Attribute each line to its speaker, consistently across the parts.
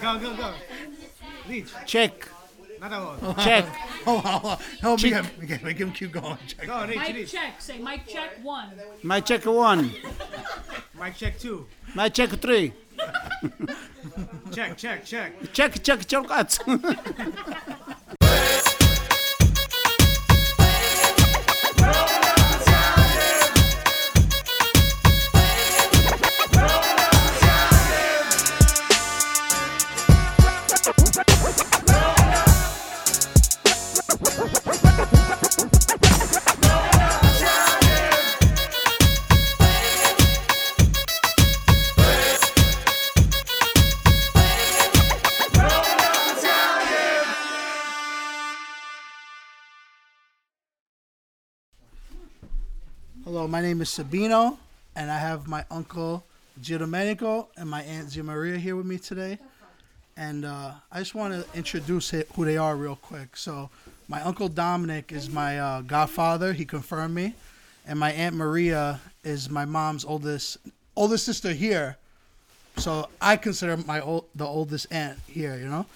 Speaker 1: Go, go, go. Reach.
Speaker 2: Check.
Speaker 1: Another one.
Speaker 2: Check.
Speaker 3: Oh, oh, oh make,
Speaker 2: Cheek.
Speaker 3: him, make, him, make him keep going. Check.
Speaker 1: Go, reach,
Speaker 4: Mike
Speaker 1: reach.
Speaker 4: check. Say Mike check one.
Speaker 2: My check one.
Speaker 1: Mic check two.
Speaker 2: My check three.
Speaker 1: Check, check, check.
Speaker 2: Check, check, check. out.
Speaker 5: Hello, my name is Sabino, and I have my uncle Gidomenico and my aunt Zia Maria here with me today. And uh, I just want to introduce it, who they are real quick. So, my uncle Dominic is my uh, godfather; he confirmed me, and my aunt Maria is my mom's oldest oldest sister here. So I consider my old, the oldest aunt here. You know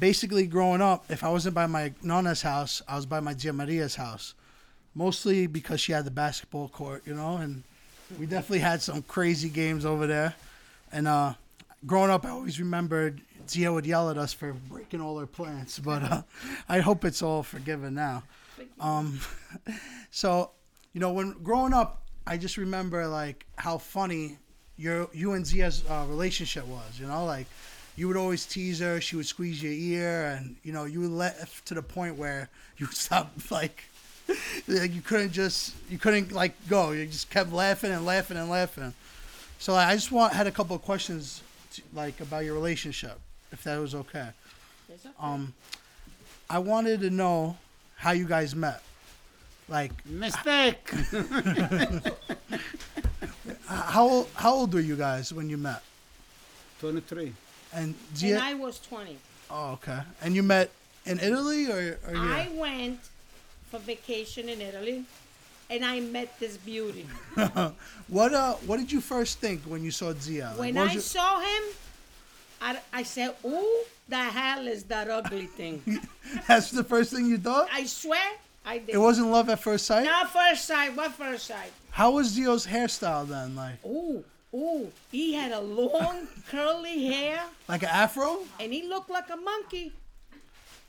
Speaker 5: basically growing up, if I wasn't by my nana's house, I was by my Gia Maria's house, mostly because she had the basketball court, you know, and we definitely had some crazy games over there. And uh, growing up, I always remembered Gia would yell at us for breaking all her plants, but uh, I hope it's all forgiven now. Um, so, you know, when growing up, I just remember like how funny your you and Zia's uh, relationship was. You know, like you would always tease her, she would squeeze your ear, and you know you were left to the point where you stopped like. Like you couldn't just you couldn't like go you just kept laughing and laughing and laughing so i just want had a couple of questions to, like about your relationship if that was okay um i wanted to know how you guys met like
Speaker 2: Mistake.
Speaker 5: How old, how old were you guys when you met?
Speaker 2: 23.
Speaker 5: And do you,
Speaker 6: And I was 20.
Speaker 5: oh okay. And you met in Italy or, or
Speaker 6: I
Speaker 5: here?
Speaker 6: went for vacation in Italy and I met this beauty.
Speaker 5: what uh what did you first think when you saw Zia? Like,
Speaker 6: When
Speaker 5: what was
Speaker 6: I
Speaker 5: your-
Speaker 6: saw him, I, I said, Ooh, the hell is that ugly thing?
Speaker 5: that's the first thing you thought?
Speaker 6: I swear I did.
Speaker 5: It wasn't love at first sight.
Speaker 6: Not first sight. What first sight?
Speaker 5: How was Zio's hairstyle then? Like
Speaker 6: Ooh, ooh. He had a long, curly hair
Speaker 5: like an afro?
Speaker 6: and he looked like a monkey.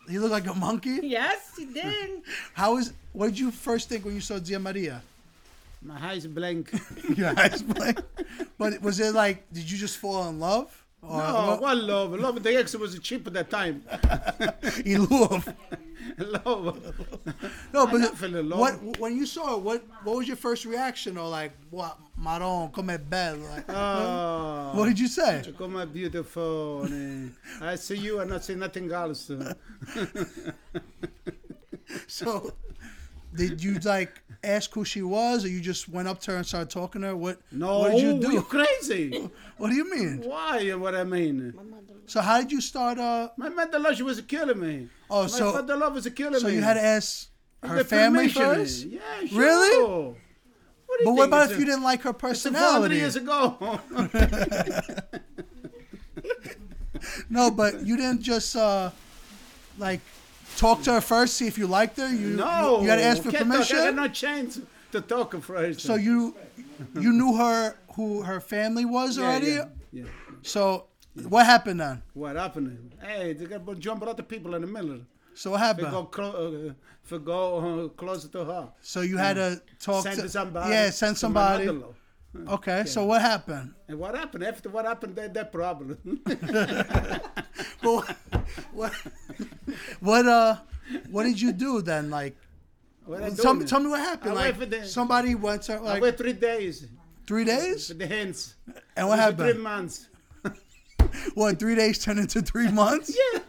Speaker 5: He looked like a monkey.
Speaker 6: Yes, he did.
Speaker 5: How is what did you first think when you saw Zia Maria?
Speaker 2: My eyes blank.
Speaker 5: Your eyes blank. But was it like did you just fall in love? Or
Speaker 2: Oh, what love? Love the ex was cheap at that time.
Speaker 5: in lieu of
Speaker 2: love.
Speaker 5: No, but
Speaker 2: not feeling low.
Speaker 5: what when you saw it, what what was your first reaction or like what Maron come belle? Like,
Speaker 2: Oh,
Speaker 5: what did you say?
Speaker 2: come on, beautiful. I see you and I see nothing else.
Speaker 5: So did you like ask who she was or you just went up to her and started talking to her? What
Speaker 2: No,
Speaker 5: what did you do?
Speaker 2: you crazy.
Speaker 5: What do you mean?
Speaker 2: Why? What I mean?
Speaker 5: So how did you start uh
Speaker 2: My mother love she was killing me.
Speaker 5: Oh,
Speaker 2: My
Speaker 5: so-
Speaker 2: father love was killing
Speaker 5: so
Speaker 2: me.
Speaker 5: you had to ask her
Speaker 2: The
Speaker 5: family
Speaker 2: permission.
Speaker 5: first?
Speaker 2: Yeah, sure.
Speaker 5: Really?
Speaker 2: What do you
Speaker 5: But what
Speaker 2: think?
Speaker 5: about
Speaker 2: It's
Speaker 5: if
Speaker 2: a-
Speaker 5: you didn't like her
Speaker 2: it's a 400
Speaker 5: personality?
Speaker 2: years ago.
Speaker 5: No, but you didn't just uh like talk to her first, see if you liked her? You
Speaker 2: no.
Speaker 5: you, you had to ask for
Speaker 2: can't
Speaker 5: permission?
Speaker 2: Talk. I got no chance to talk first.
Speaker 5: So you you knew her who her family was
Speaker 2: Yeah,
Speaker 5: already.
Speaker 2: yeah, yeah.
Speaker 5: So what happened then?
Speaker 2: What happened? Hey, they got jump other people in the middle.
Speaker 5: So what
Speaker 2: They go,
Speaker 5: happened?
Speaker 2: clo- uh, they go uh, closer to her.
Speaker 5: So you had to talk
Speaker 2: Hmm. Send
Speaker 5: to
Speaker 2: somebody.
Speaker 5: Yeah, send
Speaker 2: to my
Speaker 5: somebody.
Speaker 2: mother-in-law.
Speaker 5: Okay. So what happened?
Speaker 2: And what happened? After what happened, that, that problem.
Speaker 5: Well, what what uh what did you do then? Like
Speaker 2: what I
Speaker 5: tell
Speaker 2: doing?
Speaker 5: me tell me what happened.
Speaker 2: I wait for
Speaker 5: Like
Speaker 2: the-
Speaker 5: somebody went to
Speaker 2: I
Speaker 5: like
Speaker 2: wait three days.
Speaker 5: three days
Speaker 2: for the hands.
Speaker 5: and what
Speaker 2: Three
Speaker 5: happened?
Speaker 2: months.
Speaker 5: What three days turned into three months? Yeah.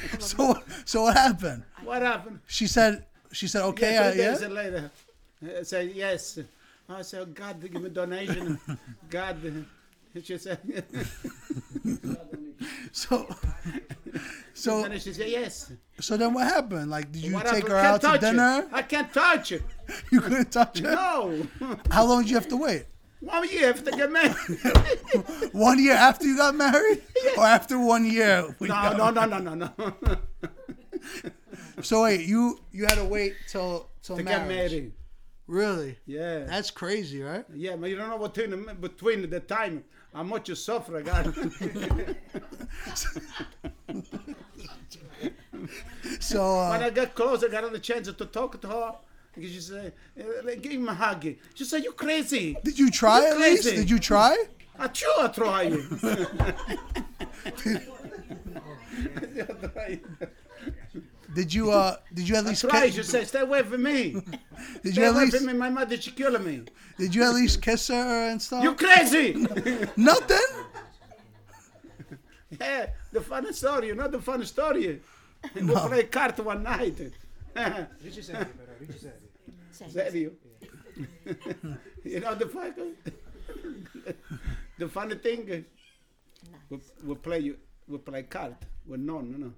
Speaker 5: so so what happened?
Speaker 2: What happened?
Speaker 5: She said she said okay
Speaker 2: Yeah,
Speaker 5: I,
Speaker 2: three
Speaker 5: yeah.
Speaker 2: days later. I said, yes. I said, "Oh, God, give me donation. God. uh, She said,
Speaker 5: So, so,
Speaker 2: and she said, yes.
Speaker 5: so then what happened? Like, did Oh. you
Speaker 2: What
Speaker 5: take
Speaker 2: happened?
Speaker 5: her
Speaker 2: Can't
Speaker 5: out to
Speaker 2: touch it.
Speaker 5: dinner?
Speaker 2: I can't touch it.
Speaker 5: You couldn't touch her.
Speaker 2: No.
Speaker 5: How long did you have to wait?
Speaker 2: One year after I get married.
Speaker 5: One year after you got married, or after one year? when you
Speaker 2: no,
Speaker 5: got
Speaker 2: no, no, no, no, no.
Speaker 5: So wait, you you had to wait till till
Speaker 2: to get
Speaker 5: marriage.
Speaker 2: married.
Speaker 5: Really?
Speaker 2: Yeah.
Speaker 5: That's crazy, right?
Speaker 2: yeah, but you don't know what between, between the time how much you suffer, God.
Speaker 5: So
Speaker 2: When
Speaker 5: uh,
Speaker 2: I got close, I got the chance to talk to her. And She said, eh, like, give him a hug. She said, you crazy.
Speaker 5: did you try
Speaker 2: You're
Speaker 5: at least?
Speaker 2: crazy.
Speaker 5: Did you try?
Speaker 2: I sure try it.
Speaker 5: Did you uh did you at least
Speaker 2: Try,
Speaker 5: kiss?
Speaker 2: she said, stay away from me.
Speaker 5: Did you
Speaker 2: Stay
Speaker 5: at
Speaker 2: away
Speaker 5: least
Speaker 2: from me, my mother, she killed me.
Speaker 5: did you at least kiss her and stuff?
Speaker 2: You crazy!
Speaker 5: Nothing.
Speaker 2: yeah, the funny story, you know the funny story. We play card one night. Serio. you know the fuck? the funny thing, we, we play we play card with none, no, no,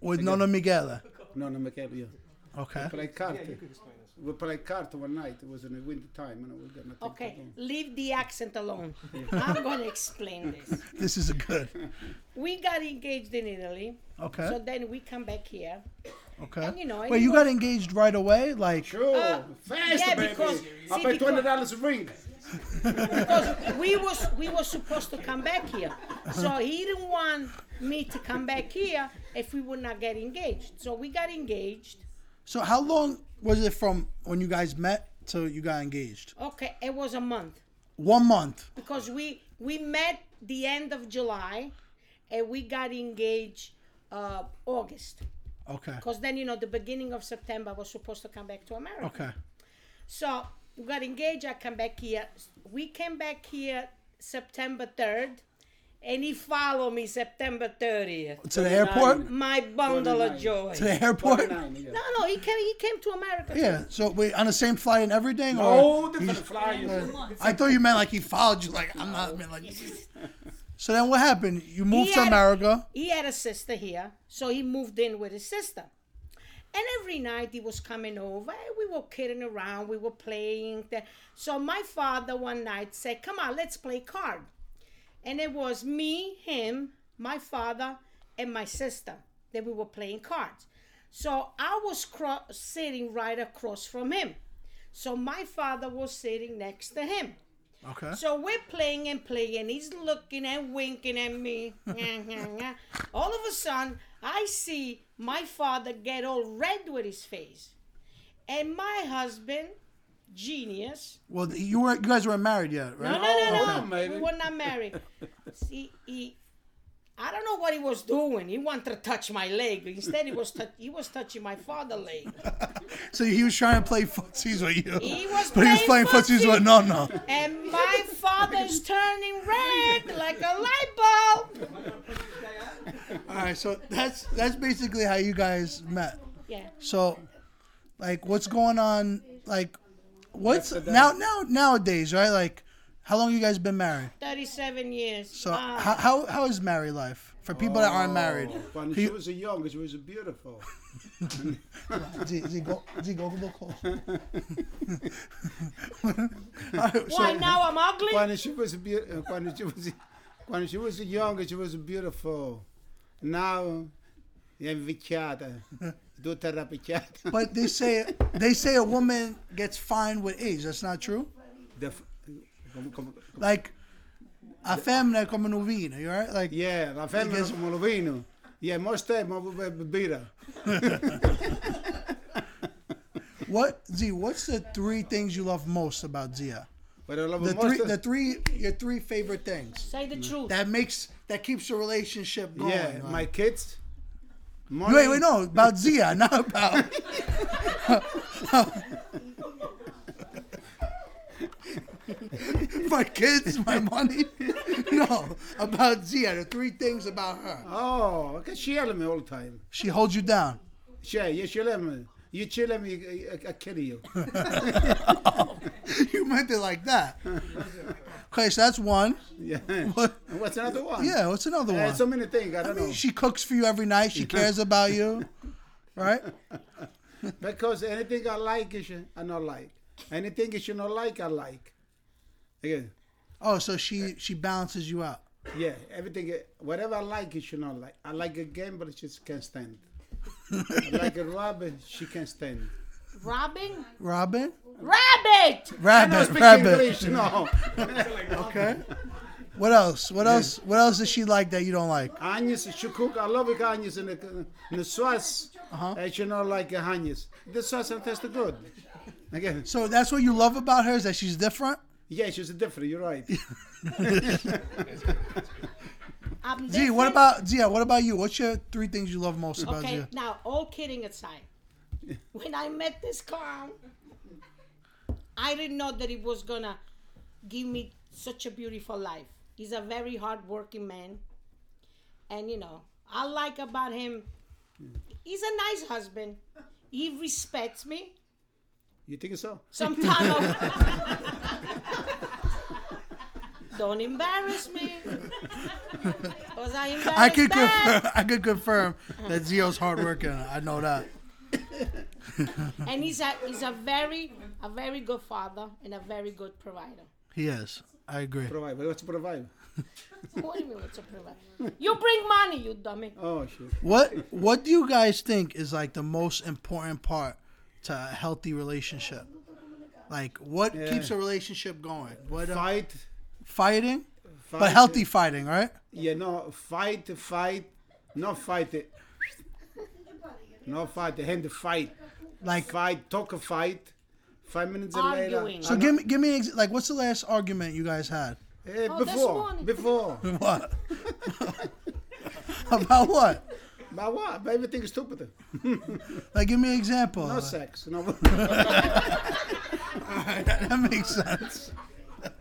Speaker 5: With Nona Miguela.
Speaker 2: no, no, Michael,
Speaker 5: Okay.
Speaker 2: play card. We play card one night. It was in the winter time, and we got nothing
Speaker 6: Okay,
Speaker 2: to do.
Speaker 6: leave the accent alone. I'm going to explain this.
Speaker 5: This is a good.
Speaker 6: We got engaged in Italy,
Speaker 5: Okay.
Speaker 6: so then we come back here.
Speaker 5: okay.
Speaker 6: and, you know,
Speaker 5: Wait, you
Speaker 6: anyone-
Speaker 5: got engaged right away? Like
Speaker 2: Sure,
Speaker 6: Uh,
Speaker 2: fast,
Speaker 6: yeah,
Speaker 2: baby.
Speaker 6: because-
Speaker 2: I
Speaker 6: see,
Speaker 2: pay
Speaker 6: because-
Speaker 2: twenty dollars a ring.
Speaker 6: Because we was we were supposed to come back here, so he didn't want me to come back here if we would not get engaged. So we got engaged.
Speaker 5: so how long was it from when you guys met till you got engaged?
Speaker 6: Okay, it was a month
Speaker 5: One month.
Speaker 6: because we we met the end of July, and we got engaged uh, August.
Speaker 5: Okay.
Speaker 6: Because then you know the beginning of September I was supposed to come back to America.
Speaker 5: Okay.
Speaker 6: So we got engaged. I come back here. We came back here September third, and he followed me September thirtieth.
Speaker 5: To the airport?
Speaker 6: My bundle of
Speaker 2: 29.
Speaker 6: joy.
Speaker 5: To the airport?
Speaker 2: Nine, yeah.
Speaker 6: No, no, he came. He came to America.
Speaker 5: Yeah. So wait, on the same flight and everything?
Speaker 2: Oh,
Speaker 5: or
Speaker 2: the
Speaker 5: you-
Speaker 2: flyers.
Speaker 5: I thought you meant like he followed you. Like I'm not I meant like. So then what happened? You moved to
Speaker 6: had-
Speaker 5: America.
Speaker 6: He had a sister here, so he moved in with his sister. And every night he was coming over, and we were kidding around, we were playing. The, so my father one night said, "Come on, let's play card." And it was me, him, my father, and my sister that we were playing cards. So I was cro- sitting right across from him. So my father was sitting next to him.
Speaker 5: Okay.
Speaker 6: So we're playing and playing. He's looking and winking at me. all of a sudden, I see my father get all red with his face. And my husband, genius.
Speaker 5: Well, you were you guys weren't married yet,
Speaker 6: No,
Speaker 5: right?
Speaker 6: no, no, no.
Speaker 2: okay. Maybe.
Speaker 6: We were not married. See, he, I don't know what he was doing. He wanted to touch my leg. Instead, he was, tou- he was touching my father's leg.
Speaker 5: So he was trying to play footsies with you.
Speaker 6: He was
Speaker 5: but he was playing
Speaker 6: playing
Speaker 5: footsies
Speaker 6: footsie.
Speaker 5: with no, no.
Speaker 6: And my father's turning red like a light bulb.
Speaker 5: All right. So that's that's basically how you guys met.
Speaker 6: Yeah.
Speaker 5: So, like, what's going on? Like, what's now now nowadays, right? Like, how long you guys been married?
Speaker 6: 37 years.
Speaker 5: So
Speaker 6: Ah.
Speaker 5: how, how how is married life for people that aren't married?
Speaker 2: When she Oh, was young, she was beautiful.
Speaker 5: Z- Z- go- Z- go- go- go. Alright, so-
Speaker 6: Why now I'm ugly?
Speaker 2: When she was be- when she was when she was young, she was beautiful. Now, è invecchiata, tutta rapicchiata.
Speaker 5: But they say they say a woman gets fine with age. That's not true.
Speaker 2: The f- com- com-
Speaker 5: Like a femmina è come un vino, you right? Like
Speaker 2: yeah, la femmina
Speaker 5: Because-
Speaker 2: come lo vino. Yeah, most time I would be uh, beer.
Speaker 5: what Z? What's the three things you love most about Zia?
Speaker 2: But I love
Speaker 5: The
Speaker 2: most
Speaker 5: three the three your three favorite things
Speaker 6: Say the truth.
Speaker 5: that makes that keeps the relationship going.
Speaker 2: yeah,
Speaker 5: like-
Speaker 2: my kids. Money,
Speaker 5: wait wait no about Zia not about. my kids, my money. No, about Zia. The three things about her.
Speaker 2: Oh, okay, she yelled at me all the time.
Speaker 5: She holds you down.
Speaker 2: She, yeah, she yelled at me. You chill at me, I, I, I kill you.
Speaker 5: you meant it like that. Okay, so that's one.
Speaker 2: Yeah.
Speaker 5: What?
Speaker 2: What's another one?
Speaker 5: Yeah, what's another
Speaker 2: Uh,
Speaker 5: one?
Speaker 2: so many things. I
Speaker 5: I
Speaker 2: don't
Speaker 5: mean,
Speaker 2: know.
Speaker 5: she cooks for you every night. She cares about you, right?
Speaker 2: because anything I like, she, I not like. Anything she not like, I like. Again,
Speaker 5: Oh, so she she balances you out.
Speaker 2: Yeah, everything, eh, whatever I like, she not like. I like a gambler, she can't stand. I like a robber, she can't stand.
Speaker 6: Robin?
Speaker 5: Robin,
Speaker 6: Rabbit!
Speaker 2: I don't
Speaker 5: rabbit,
Speaker 2: speak
Speaker 5: rabbit.
Speaker 2: English, no.
Speaker 5: Okay. What else? What else? What else does she like that you don't like?
Speaker 2: Onions, she cook. I love it, onions in the, in the sauce.
Speaker 5: Uh-huh.
Speaker 2: And she not like uh, onions. The sauce and taste good. Again,
Speaker 5: So that's what you love about her is that she's different.
Speaker 2: yeah, she's different. You're right.
Speaker 6: I'm
Speaker 5: D, what
Speaker 6: different.
Speaker 5: about Zia? What about you? What's your three things you love most about
Speaker 6: Okay,
Speaker 5: you?
Speaker 6: now all kidding aside, when I met this clown, I didn't know that he was gonna give me such a beautiful life. He's a very hardworking man, and you know I like about him. He's a nice husband. He respects me.
Speaker 2: You think so?
Speaker 6: Sometimes. I- Don't embarrass me. Was I embarrassed?
Speaker 5: I could
Speaker 6: back?
Speaker 5: confirm. I could confirm that Zio's hardworking. I know that.
Speaker 6: and he's a he's a very a very good father and a very good provider.
Speaker 5: He is. I agree.
Speaker 2: Provide. What's provide?
Speaker 6: What do you mean what's a provider? You bring money, you dummy.
Speaker 2: Oh, shit.
Speaker 5: What What do you guys think is like the most important part to a healthy relationship? Like, what keeps a relationship going? What uh,
Speaker 2: Fight,
Speaker 5: fighting,
Speaker 2: fight.
Speaker 5: but healthy fighting, right?
Speaker 2: Yeah, no, fight, fight. No fight. eh, No fight. Hand fight.
Speaker 5: Like,
Speaker 2: Fight, talk a fight. Five minutes
Speaker 6: Arguing.
Speaker 2: later.
Speaker 5: so give me give me an ex- like what's the last argument you guys had?
Speaker 2: Eh,
Speaker 6: Oh, this
Speaker 2: before,
Speaker 6: morning.
Speaker 2: before.
Speaker 5: What about what?
Speaker 2: But what? But everything is stupid.
Speaker 5: Like, give me an example.
Speaker 2: No sex. No.
Speaker 5: that makes sense.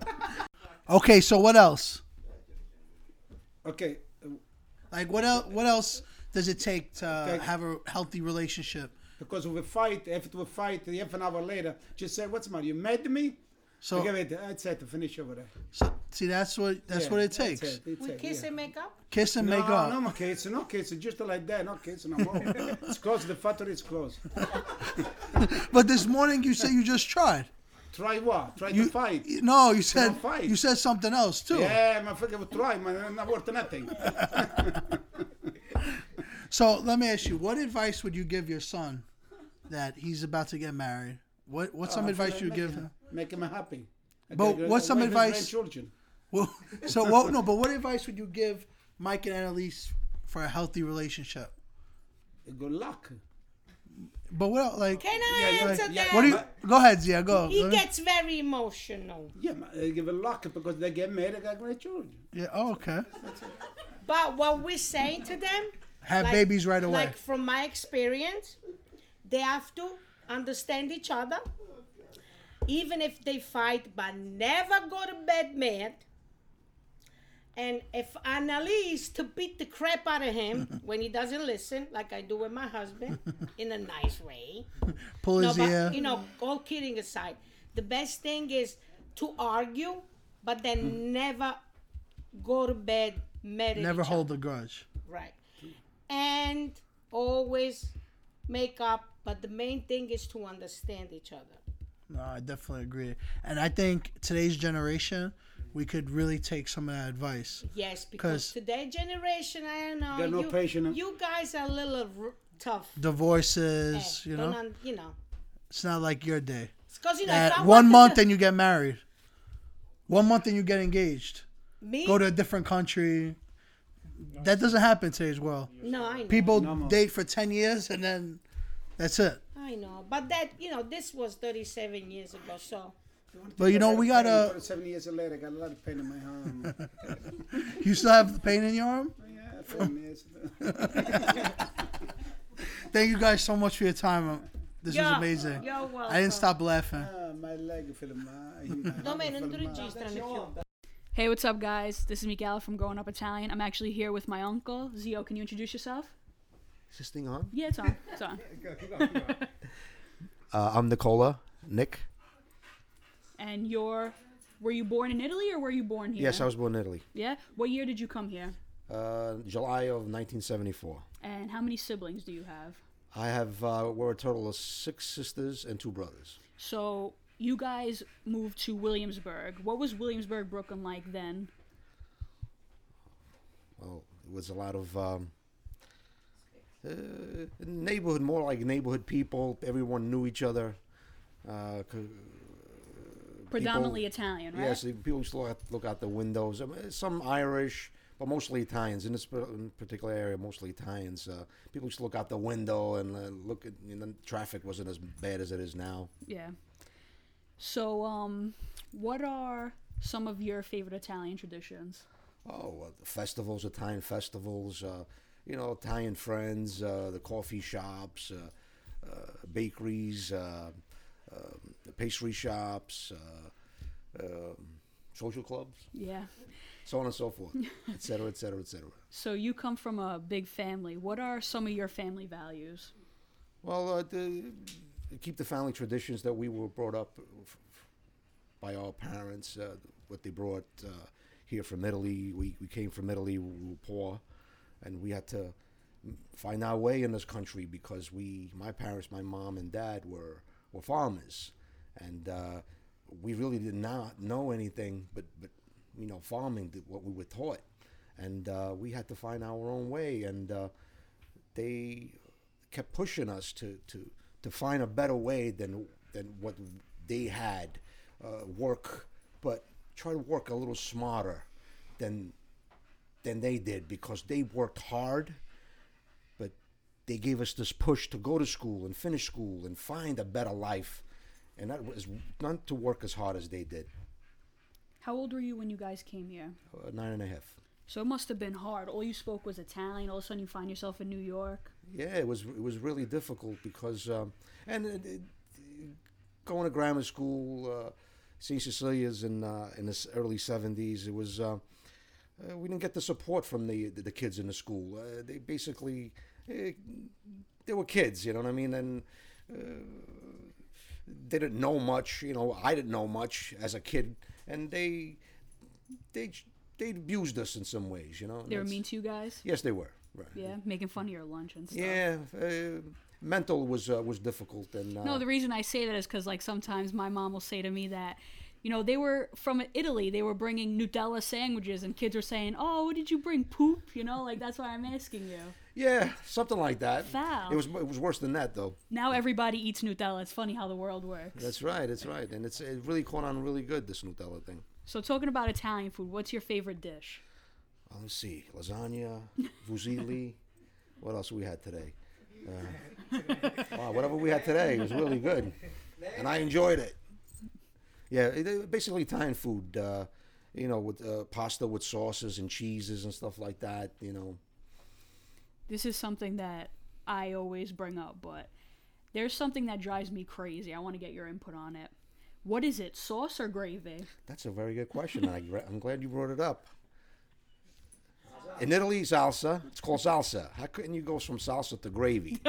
Speaker 5: okay, so what else?
Speaker 2: okay.
Speaker 5: Like, what else? What else does it take to
Speaker 2: Okay.
Speaker 5: have a healthy relationship?
Speaker 2: Because we fight, after we fight, half an hour later, she said, What's the matter? You mad at me?
Speaker 5: So,
Speaker 2: Give it, that's it, finish over there.
Speaker 5: so see, that's what that's
Speaker 2: Yeah,
Speaker 5: what it
Speaker 2: that's
Speaker 5: takes.
Speaker 2: that's
Speaker 6: We
Speaker 2: it,
Speaker 6: kiss
Speaker 2: yeah.
Speaker 6: and make up.
Speaker 5: Kiss and
Speaker 2: No,
Speaker 5: make up.
Speaker 2: no, no kids, no kids, just like that, no kids, no more. it's closed, the factory is closed.
Speaker 5: But this morning you said you just tried.
Speaker 2: Try what? Try
Speaker 5: You
Speaker 2: to fight.
Speaker 5: you- No, you said
Speaker 2: fight.
Speaker 5: you said something else too.
Speaker 2: Yeah, my fucking try, man, not worth nothing.
Speaker 5: So let me ask you, what advice would you give your son that he's about to get married? What
Speaker 2: Oh,
Speaker 5: what's some advice you
Speaker 2: make
Speaker 5: give
Speaker 2: him-
Speaker 5: him?
Speaker 2: Make him happy.
Speaker 5: But
Speaker 2: Okay,
Speaker 5: what's some
Speaker 2: wife and
Speaker 5: advice-
Speaker 2: Grandchildren.
Speaker 5: Well, so what? No, but what advice would you give Mike and Annalise for a healthy relationship?
Speaker 2: Good luck.
Speaker 5: But what like?
Speaker 6: Can I
Speaker 2: Yeah, yeah,
Speaker 6: answer
Speaker 2: yeah.
Speaker 6: that?
Speaker 5: What do you? Go ahead, Zia. Go.
Speaker 6: he
Speaker 5: Let me-
Speaker 6: gets very emotional.
Speaker 2: Yeah, ma- they give a luck because they get married, they got grandchildren.
Speaker 5: yeah. Oh, okay.
Speaker 6: But what we're saying to them,
Speaker 5: Have
Speaker 6: like-
Speaker 5: babies right away.
Speaker 6: Like from my experience, they have to understand each other. Even if they fight, but never go to bed mad. And if Annalise to beat the crap out of him when he doesn't listen, like I do with my husband, in a nice way.
Speaker 5: Pull
Speaker 6: No,
Speaker 5: his ear.
Speaker 6: but, you know, all kidding aside, the best thing is to argue, but then never go to bed mad. at
Speaker 5: Hmm. never
Speaker 6: each
Speaker 5: hold a grudge.
Speaker 6: Right. And always make up, but the main thing is to understand each other.
Speaker 5: No, I definitely agree. And I think today's generation, we could really take some of that advice. 'Cause-
Speaker 6: Yes, because today generation, I don't know.
Speaker 2: They're no
Speaker 6: you,
Speaker 2: patient.
Speaker 6: you guys are a little r- tough. eh,
Speaker 5: Divorces, you
Speaker 6: don't
Speaker 5: know,
Speaker 6: un- you know.
Speaker 5: it's not like your day.
Speaker 6: It's 'cause, you know, if
Speaker 5: That
Speaker 6: I
Speaker 5: one
Speaker 6: wanted
Speaker 5: month
Speaker 6: to-
Speaker 5: and you get married. One month and you get engaged.
Speaker 6: me,
Speaker 5: Go to a different country. That doesn't happen in today's world.
Speaker 6: no, I know,
Speaker 5: People
Speaker 2: No more.
Speaker 5: date for ten years and then that's it.
Speaker 6: I know, but that you know, this was 37 years ago, so
Speaker 5: But you know, we gotta.
Speaker 2: Seven years later, I got a lot of pain in my arm.
Speaker 5: You still have the pain in your arm.
Speaker 2: yeah, seven years.
Speaker 5: Thank you guys so much for your time. This was
Speaker 6: Yeah,
Speaker 5: amazing.
Speaker 6: You're welcome.
Speaker 5: I didn't stop laughing.
Speaker 2: Ah, my leg feel my.
Speaker 6: Domenico, non ti registrano più.
Speaker 4: Hey, what's up, guys? This is Miguel from Growing Up Italian. I'm actually here with my uncle. Zio, can you introduce yourself?
Speaker 7: Is this thing on?
Speaker 4: Yeah, it's on. It's on.
Speaker 7: Uh, I'm Nicola. Nick.
Speaker 4: And you're, were you born in Italy or were you born here?
Speaker 7: Yes, I was born in Italy.
Speaker 4: Yeah? What year did you come here?
Speaker 7: Uh, July of 1974.
Speaker 4: And how many siblings do you have?
Speaker 7: I have, uh, we're a total of six sisters and two brothers.
Speaker 4: So, you guys moved to Williamsburg. What was Williamsburg, Brooklyn like then?
Speaker 7: Well, it was a lot of um, uh, neighborhood, more like neighborhood people. Everyone knew each other. Uh, c-
Speaker 4: Predominantly Italian, right?
Speaker 7: Yes, the people used to look out, look out the windows. I mean, Some Irish, but mostly Italians. In this par- in particular area, mostly Italians. Uh, people used to look out the window and uh, look at. And the traffic wasn't as bad as it is now.
Speaker 4: Yeah. So, um, what are some of your favorite Italian traditions?
Speaker 7: Oh, uh, the festivals, Italian festivals. Uh, you know, Italian friends, uh, the coffee shops, uh, uh, bakeries, uh, um the pastry shops, uh, um social clubs,
Speaker 4: Yeah.
Speaker 7: so on and so forth, et cetera, et cetera, et cetera.
Speaker 4: So you come from a big family. What are some of your family values?
Speaker 7: Well, uh, the, keep the family traditions that we were brought up f- f- by our parents, uh, what they brought uh, here from Italy. We, we came from Italy, we were poor, and we had to find our way in this country because we, my parents, my mom and dad were, were farmers. And uh, we really did not know anything but, but you know, farming, did what we were taught. And uh, we had to find our own way. And uh, they kept pushing us to, to, to find a better way than, than what they had. Uh, work, but try to work a little smarter than, than they did because they worked hard, but they gave us this push to go to school and finish school and find a better life. And that was not to work as hard as they did.
Speaker 4: How old were you when you guys came here?
Speaker 7: Uh, nine and a half.
Speaker 4: So it must have been hard. All you spoke was Italian. All of a sudden, you find yourself in New York.
Speaker 7: Yeah, it was it was really difficult because um, and it, it, going to grammar school, uh, St. Cecilia's in uh, in the s- early '70s, it was uh, uh, we didn't get the support from the the, the kids in the school. Uh, they basically eh, they were kids, you know what I mean, and uh, they didn't know much. You know, I didn't know much as a kid, and they they they abused us in some ways, you know. and
Speaker 4: They were
Speaker 7: that's-
Speaker 4: mean to you guys.
Speaker 7: Yes, they were. Right.
Speaker 4: Yeah, making fun of your lunch and stuff.
Speaker 7: Yeah, uh, mental was uh, was difficult, and uh,
Speaker 4: No, the reason I say that is because like sometimes my mom will say to me that, you know, they were from Italy. They were bringing Nutella sandwiches, and kids were saying, "Oh, what did you bring? Poop?" You know, like that's why I'm asking you.
Speaker 7: yeah, something like that.
Speaker 4: Foul.
Speaker 7: It was it was worse than that though.
Speaker 4: Now everybody eats Nutella. It's funny how the world works.
Speaker 7: That's right, that's right, and it's it really caught on really good this Nutella thing.
Speaker 4: So talking about Italian food, what's your favorite dish?
Speaker 7: Uh, let's see, lasagna, fusilli. what else we had today? Uh, wow, whatever we had today was really good, and I enjoyed it. Yeah, it- it- basically Italian food. Uh, you know, with uh, pasta with sauces and cheeses and stuff like that. You know,
Speaker 4: This is something that I always bring up, but there's something that drives me crazy. I want to get your input on it. What is it, sauce or gravy?
Speaker 7: That's a very good question. and I, gra- I'm glad you brought it up. In Italy, salsa. It's called salsa. How couldn't you go from salsa to gravy?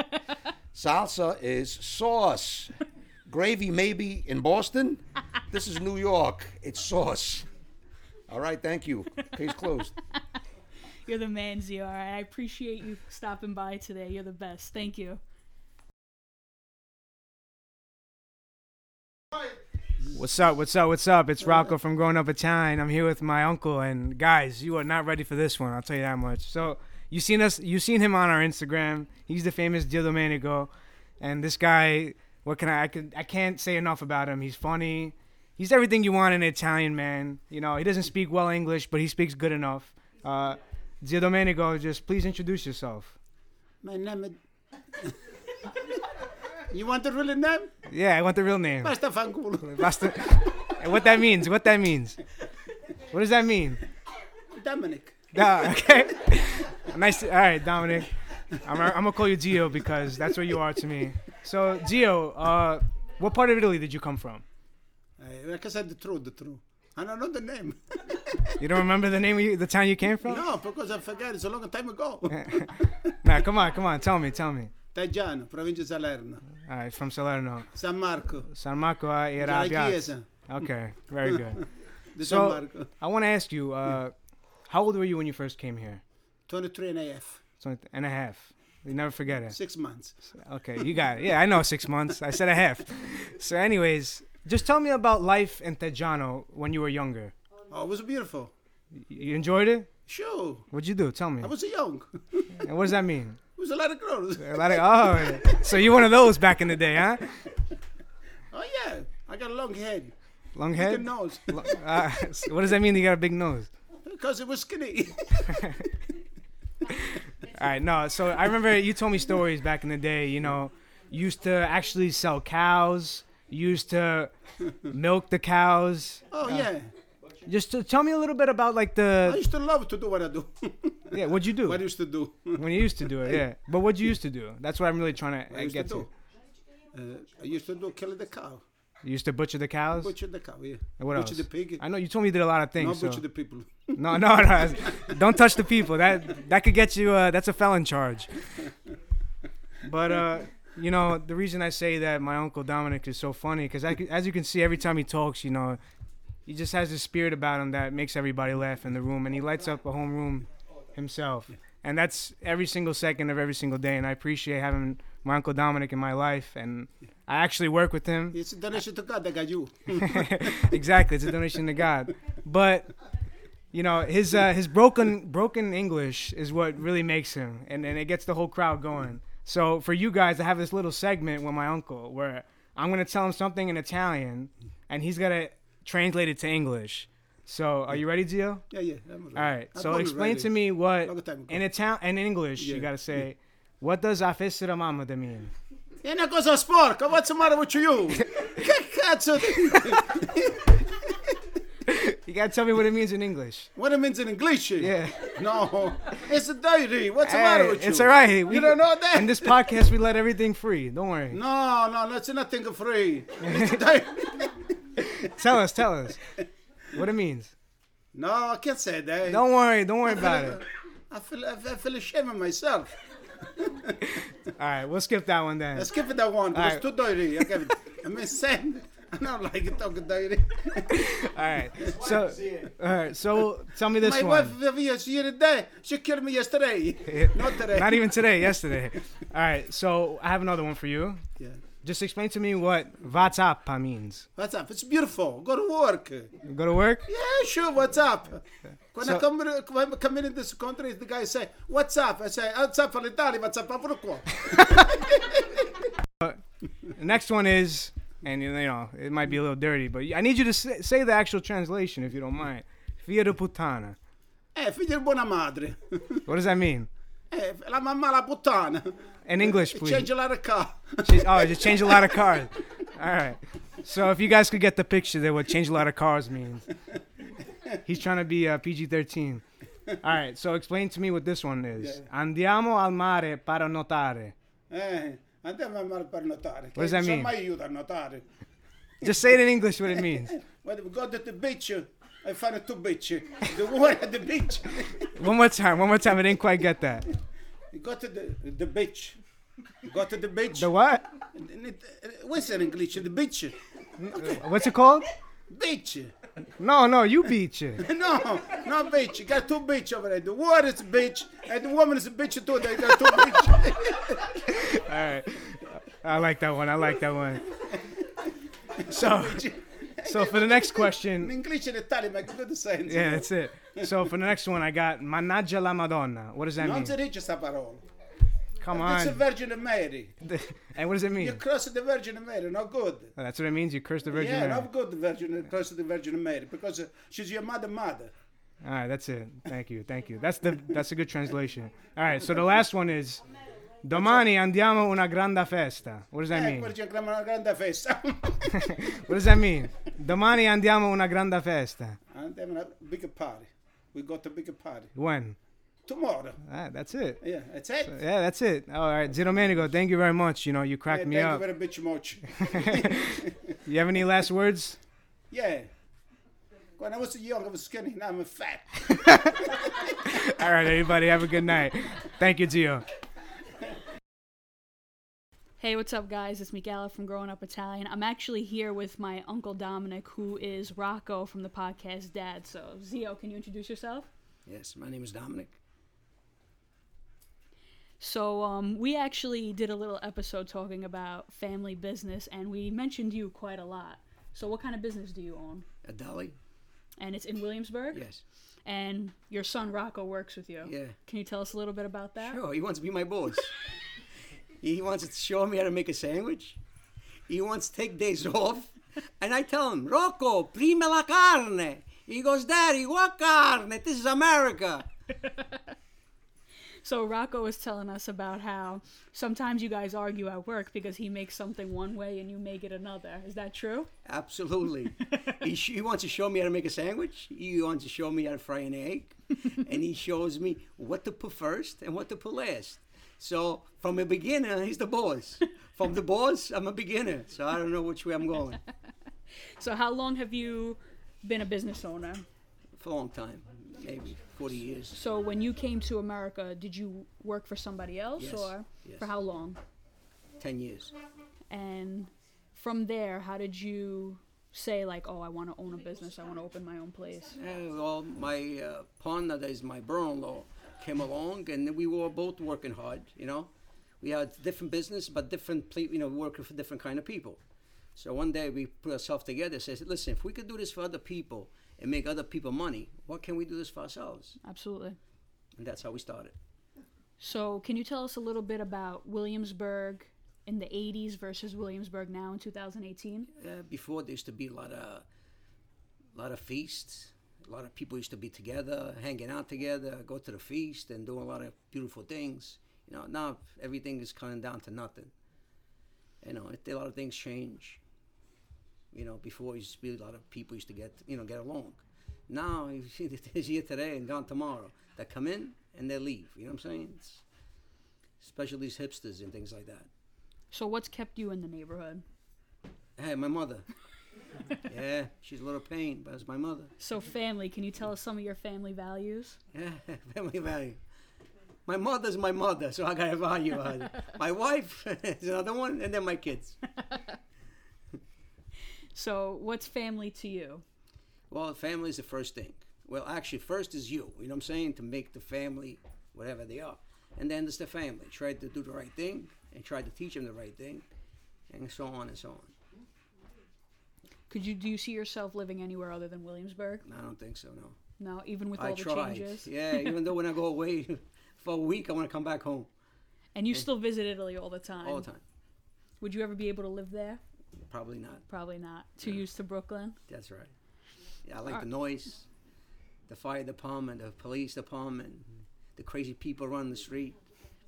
Speaker 7: salsa is sauce. Gravy maybe in Boston. This is New York. It's sauce. All right. Thank you. Case closed.
Speaker 4: You're the man, ZR. I appreciate you stopping by today. You're the best. Thank you.
Speaker 1: What's up? What's up? What's up? It's Rocco from Growing Up Italian. I'm here with my uncle, and guys, you are not ready for this one. I'll tell you that much. So you seen us? You seen him on our Instagram? He's the famous Dio Domenico, and this guy. What can I? I can. I can't say enough about him. He's funny. He's everything you want in an Italian man. You know, he doesn't speak well English, but he speaks good enough. Uh, Dio Domenico, just please introduce yourself.
Speaker 2: My name is. you want the real name?
Speaker 1: Yeah, I want the real name.
Speaker 2: Pasta Fanculo.
Speaker 1: Basta. And what that means? What that means? What does that mean?
Speaker 2: Dominic.
Speaker 1: Yeah, okay. nice. To, all right, Dominic. I'm, I'm gonna call you Gio because that's what you are to me. So, Gio, uh, what part of Italy did you come from?
Speaker 2: Uh, like I said, the truth, the truth. I don't know the name.
Speaker 1: You don't remember the name of you, the town you came from?
Speaker 2: No, because I forgot. It's a long time ago.
Speaker 1: Nah, come on, come on, tell me, tell me.
Speaker 2: Tajano, provincia di Salerno.
Speaker 1: All right, from Salerno,
Speaker 2: San Marco.
Speaker 1: San Marco e
Speaker 2: La
Speaker 1: Rabias.
Speaker 2: chiesa
Speaker 1: Okay, very good.
Speaker 2: di San
Speaker 1: So,
Speaker 2: Marco.
Speaker 1: I want to ask you, uh, how old were you when you first came here?
Speaker 2: 23 and a half.
Speaker 1: So, and a half. You never forget it.
Speaker 2: Six months.
Speaker 1: Okay, you got it. Yeah, I know six months. I said a half. So, anyways, Just tell me about life in Tejano when you were younger.
Speaker 2: Oh, it was beautiful.
Speaker 1: You enjoyed it?
Speaker 2: Sure.
Speaker 1: What'd you do? Tell me.
Speaker 2: I was young. it
Speaker 1: And what does that mean?
Speaker 2: was a lot of girls.
Speaker 1: A lot of- oh, so you're one of those back in the day, huh?
Speaker 2: Oh, yeah. I got a long head.
Speaker 1: Long
Speaker 2: Big
Speaker 1: head.
Speaker 2: nose.
Speaker 1: Uh, so what does that mean? You got a big nose.
Speaker 2: Because it was skinny.
Speaker 1: All right, no. So I remember you told me stories back in the day. You know, you used to actually sell cows. you Used to milk the cows.
Speaker 2: Oh, yeah.
Speaker 1: Just to tell me a little bit about like
Speaker 2: I
Speaker 1: the
Speaker 2: used to love to do what I do.
Speaker 1: yeah. What'd you do
Speaker 2: what I used to do.
Speaker 1: when you used to do it? Yeah, but what'd you used to do? That's what I'm really trying to
Speaker 2: I
Speaker 1: uh,
Speaker 2: used to
Speaker 1: get to.
Speaker 2: do. Uh, I used to do kill the cow,
Speaker 1: You used to butcher the cows.
Speaker 2: butcher the cow, yeah.
Speaker 1: And what
Speaker 2: butcher
Speaker 1: else?
Speaker 2: the pig,
Speaker 1: I know you told me you did a lot of
Speaker 2: not
Speaker 1: things. so-
Speaker 2: butcher the people.
Speaker 1: No, no, no. Don't touch the people. That that could get you. Uh, that's a felon charge. But uh, you know, the reason I say that my uncle Dominic is so funny because as you can see, every time he talks, you know, he just has this spirit about him that makes everybody laugh in the room, and he lights up a whole room himself. And that's every single second of every single day. And I appreciate having my uncle Dominic in my life, and I actually work with him
Speaker 2: It's a donation to God that got you.
Speaker 1: exactly, it's a donation to God. But you know, his uh, his broken broken English is what really makes him, and and it gets the whole crowd going. So for you guys, I have this little segment with my uncle where I'm gonna tell him something in Italian, and he's gonna translate it to English. So are you ready, Gio?
Speaker 2: Yeah, yeah. I'm
Speaker 1: All right.
Speaker 2: I'm
Speaker 1: So
Speaker 2: born
Speaker 1: explain
Speaker 2: ready.
Speaker 1: to me
Speaker 2: Long
Speaker 1: what
Speaker 2: time ago.
Speaker 1: in Italian in English you
Speaker 2: Yeah,
Speaker 1: gotta say. What does "affessera mamma" mean?
Speaker 2: È una cosa sporca, what's the matter with you? che cazzo?
Speaker 1: You gotta tell me what it means in English.
Speaker 2: What it means in English?
Speaker 1: Yeah.
Speaker 2: No, it's a diary. What's the matter
Speaker 1: Hey,
Speaker 2: with you?
Speaker 1: it's all right. We,
Speaker 2: don't know that?
Speaker 1: In this podcast, we let everything free. Don't worry.
Speaker 2: No, no, it's nothing free. It's a diary.
Speaker 1: Tell us, tell us what it means.
Speaker 2: no, I can't say that.
Speaker 1: Don't worry, don't worry about it.
Speaker 2: I feel, I feel, I feel ashamed of myself.
Speaker 1: All right, we'll skip that one then.
Speaker 2: Let's give it that one.
Speaker 1: All
Speaker 2: It's
Speaker 1: right.
Speaker 2: too dirty. I give it. I mean, same. I don't like it talking dirty.
Speaker 1: All right, so all right, so tell me this
Speaker 2: My
Speaker 1: one.
Speaker 2: wife, we are here today. She killed me yesterday. Not today.
Speaker 1: Not even today, yesterday. All right, so I have another one for you.
Speaker 2: Yeah.
Speaker 1: Just explain to me what vatapa means.
Speaker 2: What's up? It's beautiful. Go to work.
Speaker 1: Go to work.
Speaker 2: Yeah, sure. What's up? When I
Speaker 1: So-
Speaker 2: come, when I come in this country, the guy say, "What's up?" I say, "What's up for Italy? What's up for qua?"
Speaker 1: The next one is, and you know, it might be a little dirty, but I need you to say, say the actual translation if you don't mind. Via de putana.
Speaker 2: Eh, figlio di buona madre.
Speaker 1: What does that mean?
Speaker 2: Eh, la mamma la puttana.
Speaker 1: In English, please.
Speaker 2: Change la car.
Speaker 1: Change- oh, just change a lot of cars. All right. So if you guys could get the picture, there what change a lot of cars means. He's trying to be uh, PG-13. All right. So explain to me what this one is. Andiamo al mare para notare.
Speaker 2: Eh, andiamo a mare per notare.
Speaker 1: does that mean?
Speaker 2: Insomma, aiuta a notare.
Speaker 1: Just say it in English what it means.
Speaker 2: When we go to the beach, I find two beach. The one at the beach.
Speaker 1: One more time. One more time. I didn't quite get that.
Speaker 2: You go to the the beach. You go to the beach.
Speaker 1: The what?
Speaker 2: And it- uh, What's in English? The beach.
Speaker 1: What's it called?
Speaker 2: Beach.
Speaker 1: No, no. You beach it.
Speaker 2: No, no beach. You got two beach over there. The water is beach and the woman is beach too. They got two beach.
Speaker 1: All right. I like that one. I like that one. So, so for the next question,
Speaker 2: In English and Italian make good sense.
Speaker 1: Yeah, that's it. So for the next one, I got Managgia la Madonna. What does that
Speaker 2: Non
Speaker 1: mean?
Speaker 2: si dice sta parola.
Speaker 1: Come
Speaker 2: It's a
Speaker 1: on.
Speaker 2: Virgin Mary.
Speaker 1: and what does it mean?
Speaker 2: You cross the Virgin Mary, no good.
Speaker 1: Oh, that's what it means. You curse the Virgin
Speaker 2: yeah,
Speaker 1: Mary.
Speaker 2: not good Virgin, cross the Virgin Mary because uh, she's your mother, mother.
Speaker 1: All right, that's it. Thank you, thank you. That's the that's a good translation. All right, so the last one is Domani andiamo una grande festa. What does that
Speaker 2: Eh,
Speaker 1: mean?
Speaker 2: quella c'è una grande festa.
Speaker 1: What does that mean? Domani andiamo una grande festa.
Speaker 2: And then a big party. We got a big party.
Speaker 1: When?
Speaker 2: Tomorrow.
Speaker 1: All right, that's it.
Speaker 2: Yeah, that's it.
Speaker 1: Yeah, that's it. All right, Zero Manigo, thank you very much. You know,
Speaker 2: Yeah,
Speaker 1: you cracked me
Speaker 2: thank
Speaker 1: up.
Speaker 2: you very much, much.
Speaker 1: You have any last words?
Speaker 2: yeah. When I was young, I was skinny. Now I'm fat.
Speaker 1: All right, everybody, have a good night. Thank you, Gio.
Speaker 4: Hey, what's up, guys? It's Michela from Growing Up Italian. I'm actually here with my uncle Dominic, who is Rocco from the podcast Dad. So, Zio, can you introduce yourself?
Speaker 8: Yes, my name is Dominic.
Speaker 4: So, um, we actually did a little episode talking about family business, and we mentioned you quite a lot. So what kind of business do you own?
Speaker 8: A dolly?
Speaker 4: And it's in Williamsburg.
Speaker 8: Yes.
Speaker 4: And your son Rocco works with you.
Speaker 8: Yeah.
Speaker 4: Can you tell us a little bit about that?
Speaker 8: Sure, Oh, he wants to be my boss. he wants to show me how to make a sandwich. He wants to take days off. And I tell him, Rocco, prima la carne. He goes, Daddy, what carne? This is America.
Speaker 4: So Rocco was telling us about how sometimes you guys argue at work because he makes something one way and you make it another. Is that true?
Speaker 8: Absolutely. he, sh- he wants to show me how to make a sandwich. He wants to show me how to fry an egg. and he shows me what to put first and what to put last. So from a beginner, he's the boss. From the boss, I'm a beginner. So I don't know which way I'm going
Speaker 4: So how long have you been a business owner?
Speaker 8: for a long time, maybe 40 years.
Speaker 4: So when you came to America, did you work for somebody else
Speaker 8: Yes,
Speaker 4: or
Speaker 8: yes.
Speaker 4: for how long?
Speaker 8: 10 years.
Speaker 4: And from there, how did you say like, "Oh, I want to own a business. I want to open my own place."
Speaker 8: Uh, well, my uh, partner, that is my brother-in-law, came along, and we were both working hard. You know, we had different business, but different, ple- you know, working for different kind of people. So one day we put ourselves together. Says, listen, if we could do this for other people and make other people money, why can't we do this for ourselves?
Speaker 4: Absolutely.
Speaker 8: And that's how we started.
Speaker 4: So, can you tell us a little bit about Williamsburg in the 80s versus Williamsburg now in 2018?
Speaker 8: Uh, before there used to be a lot of, lot of feasts. A lot of people used to be together, hanging out together, go to the feast, and do a lot of beautiful things. You know, now everything is coming down to nothing. You know, it, a lot of things change. You know, before it used to be a lot of people used to get you know get along. Now you see that it's here today and gone tomorrow. They come in and they leave. You know what I'm saying? It's, especially these hipsters and things like that.
Speaker 4: So, what's kept you in the neighborhood?
Speaker 8: Hey, my mother. yeah, she's a little pain, but it's my mother.
Speaker 4: So, family, can you tell us some of your family values?
Speaker 8: Yeah, family value. My mother's my mother, so I gotta value her. my wife is another one, and then my kids.
Speaker 4: So, what's family to you?
Speaker 8: Well, family is the first thing. Well, actually, first is you. You know what I'm saying? To make the family whatever they are, and then it's the family. Try to do the right thing, and try to teach them the right thing, and so on and so on.
Speaker 4: Could you do you see yourself living anywhere other than Williamsburg?
Speaker 8: I don't think so. No,
Speaker 4: No, even with all
Speaker 8: I
Speaker 4: the
Speaker 8: tried.
Speaker 4: changes.
Speaker 8: Yeah, even though when I go away for a week, I want to come back home
Speaker 4: And you still visit Italy all the time.
Speaker 8: all the time.
Speaker 4: Would you ever be able to live there?
Speaker 8: Probably not.
Speaker 4: Probably not. Too used to Brooklyn.
Speaker 8: That's right. Yeah, I like the noise, the fire department, the police department, the crazy people running the street,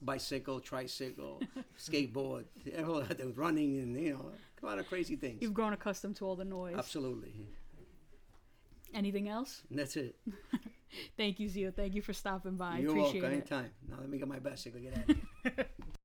Speaker 8: bicycle, tricycle, skateboard, and all that, the running and you know, a lot of crazy things.
Speaker 4: You've grown accustomed to all the noise.
Speaker 8: Absolutely,
Speaker 4: Anything else?
Speaker 8: and that's it.
Speaker 4: Thank you, Zio. Thank you for stopping by.
Speaker 8: You're
Speaker 4: Appreciate
Speaker 8: welcome
Speaker 4: it.
Speaker 8: anytime. Now let me get my bicycle. Get out. of here.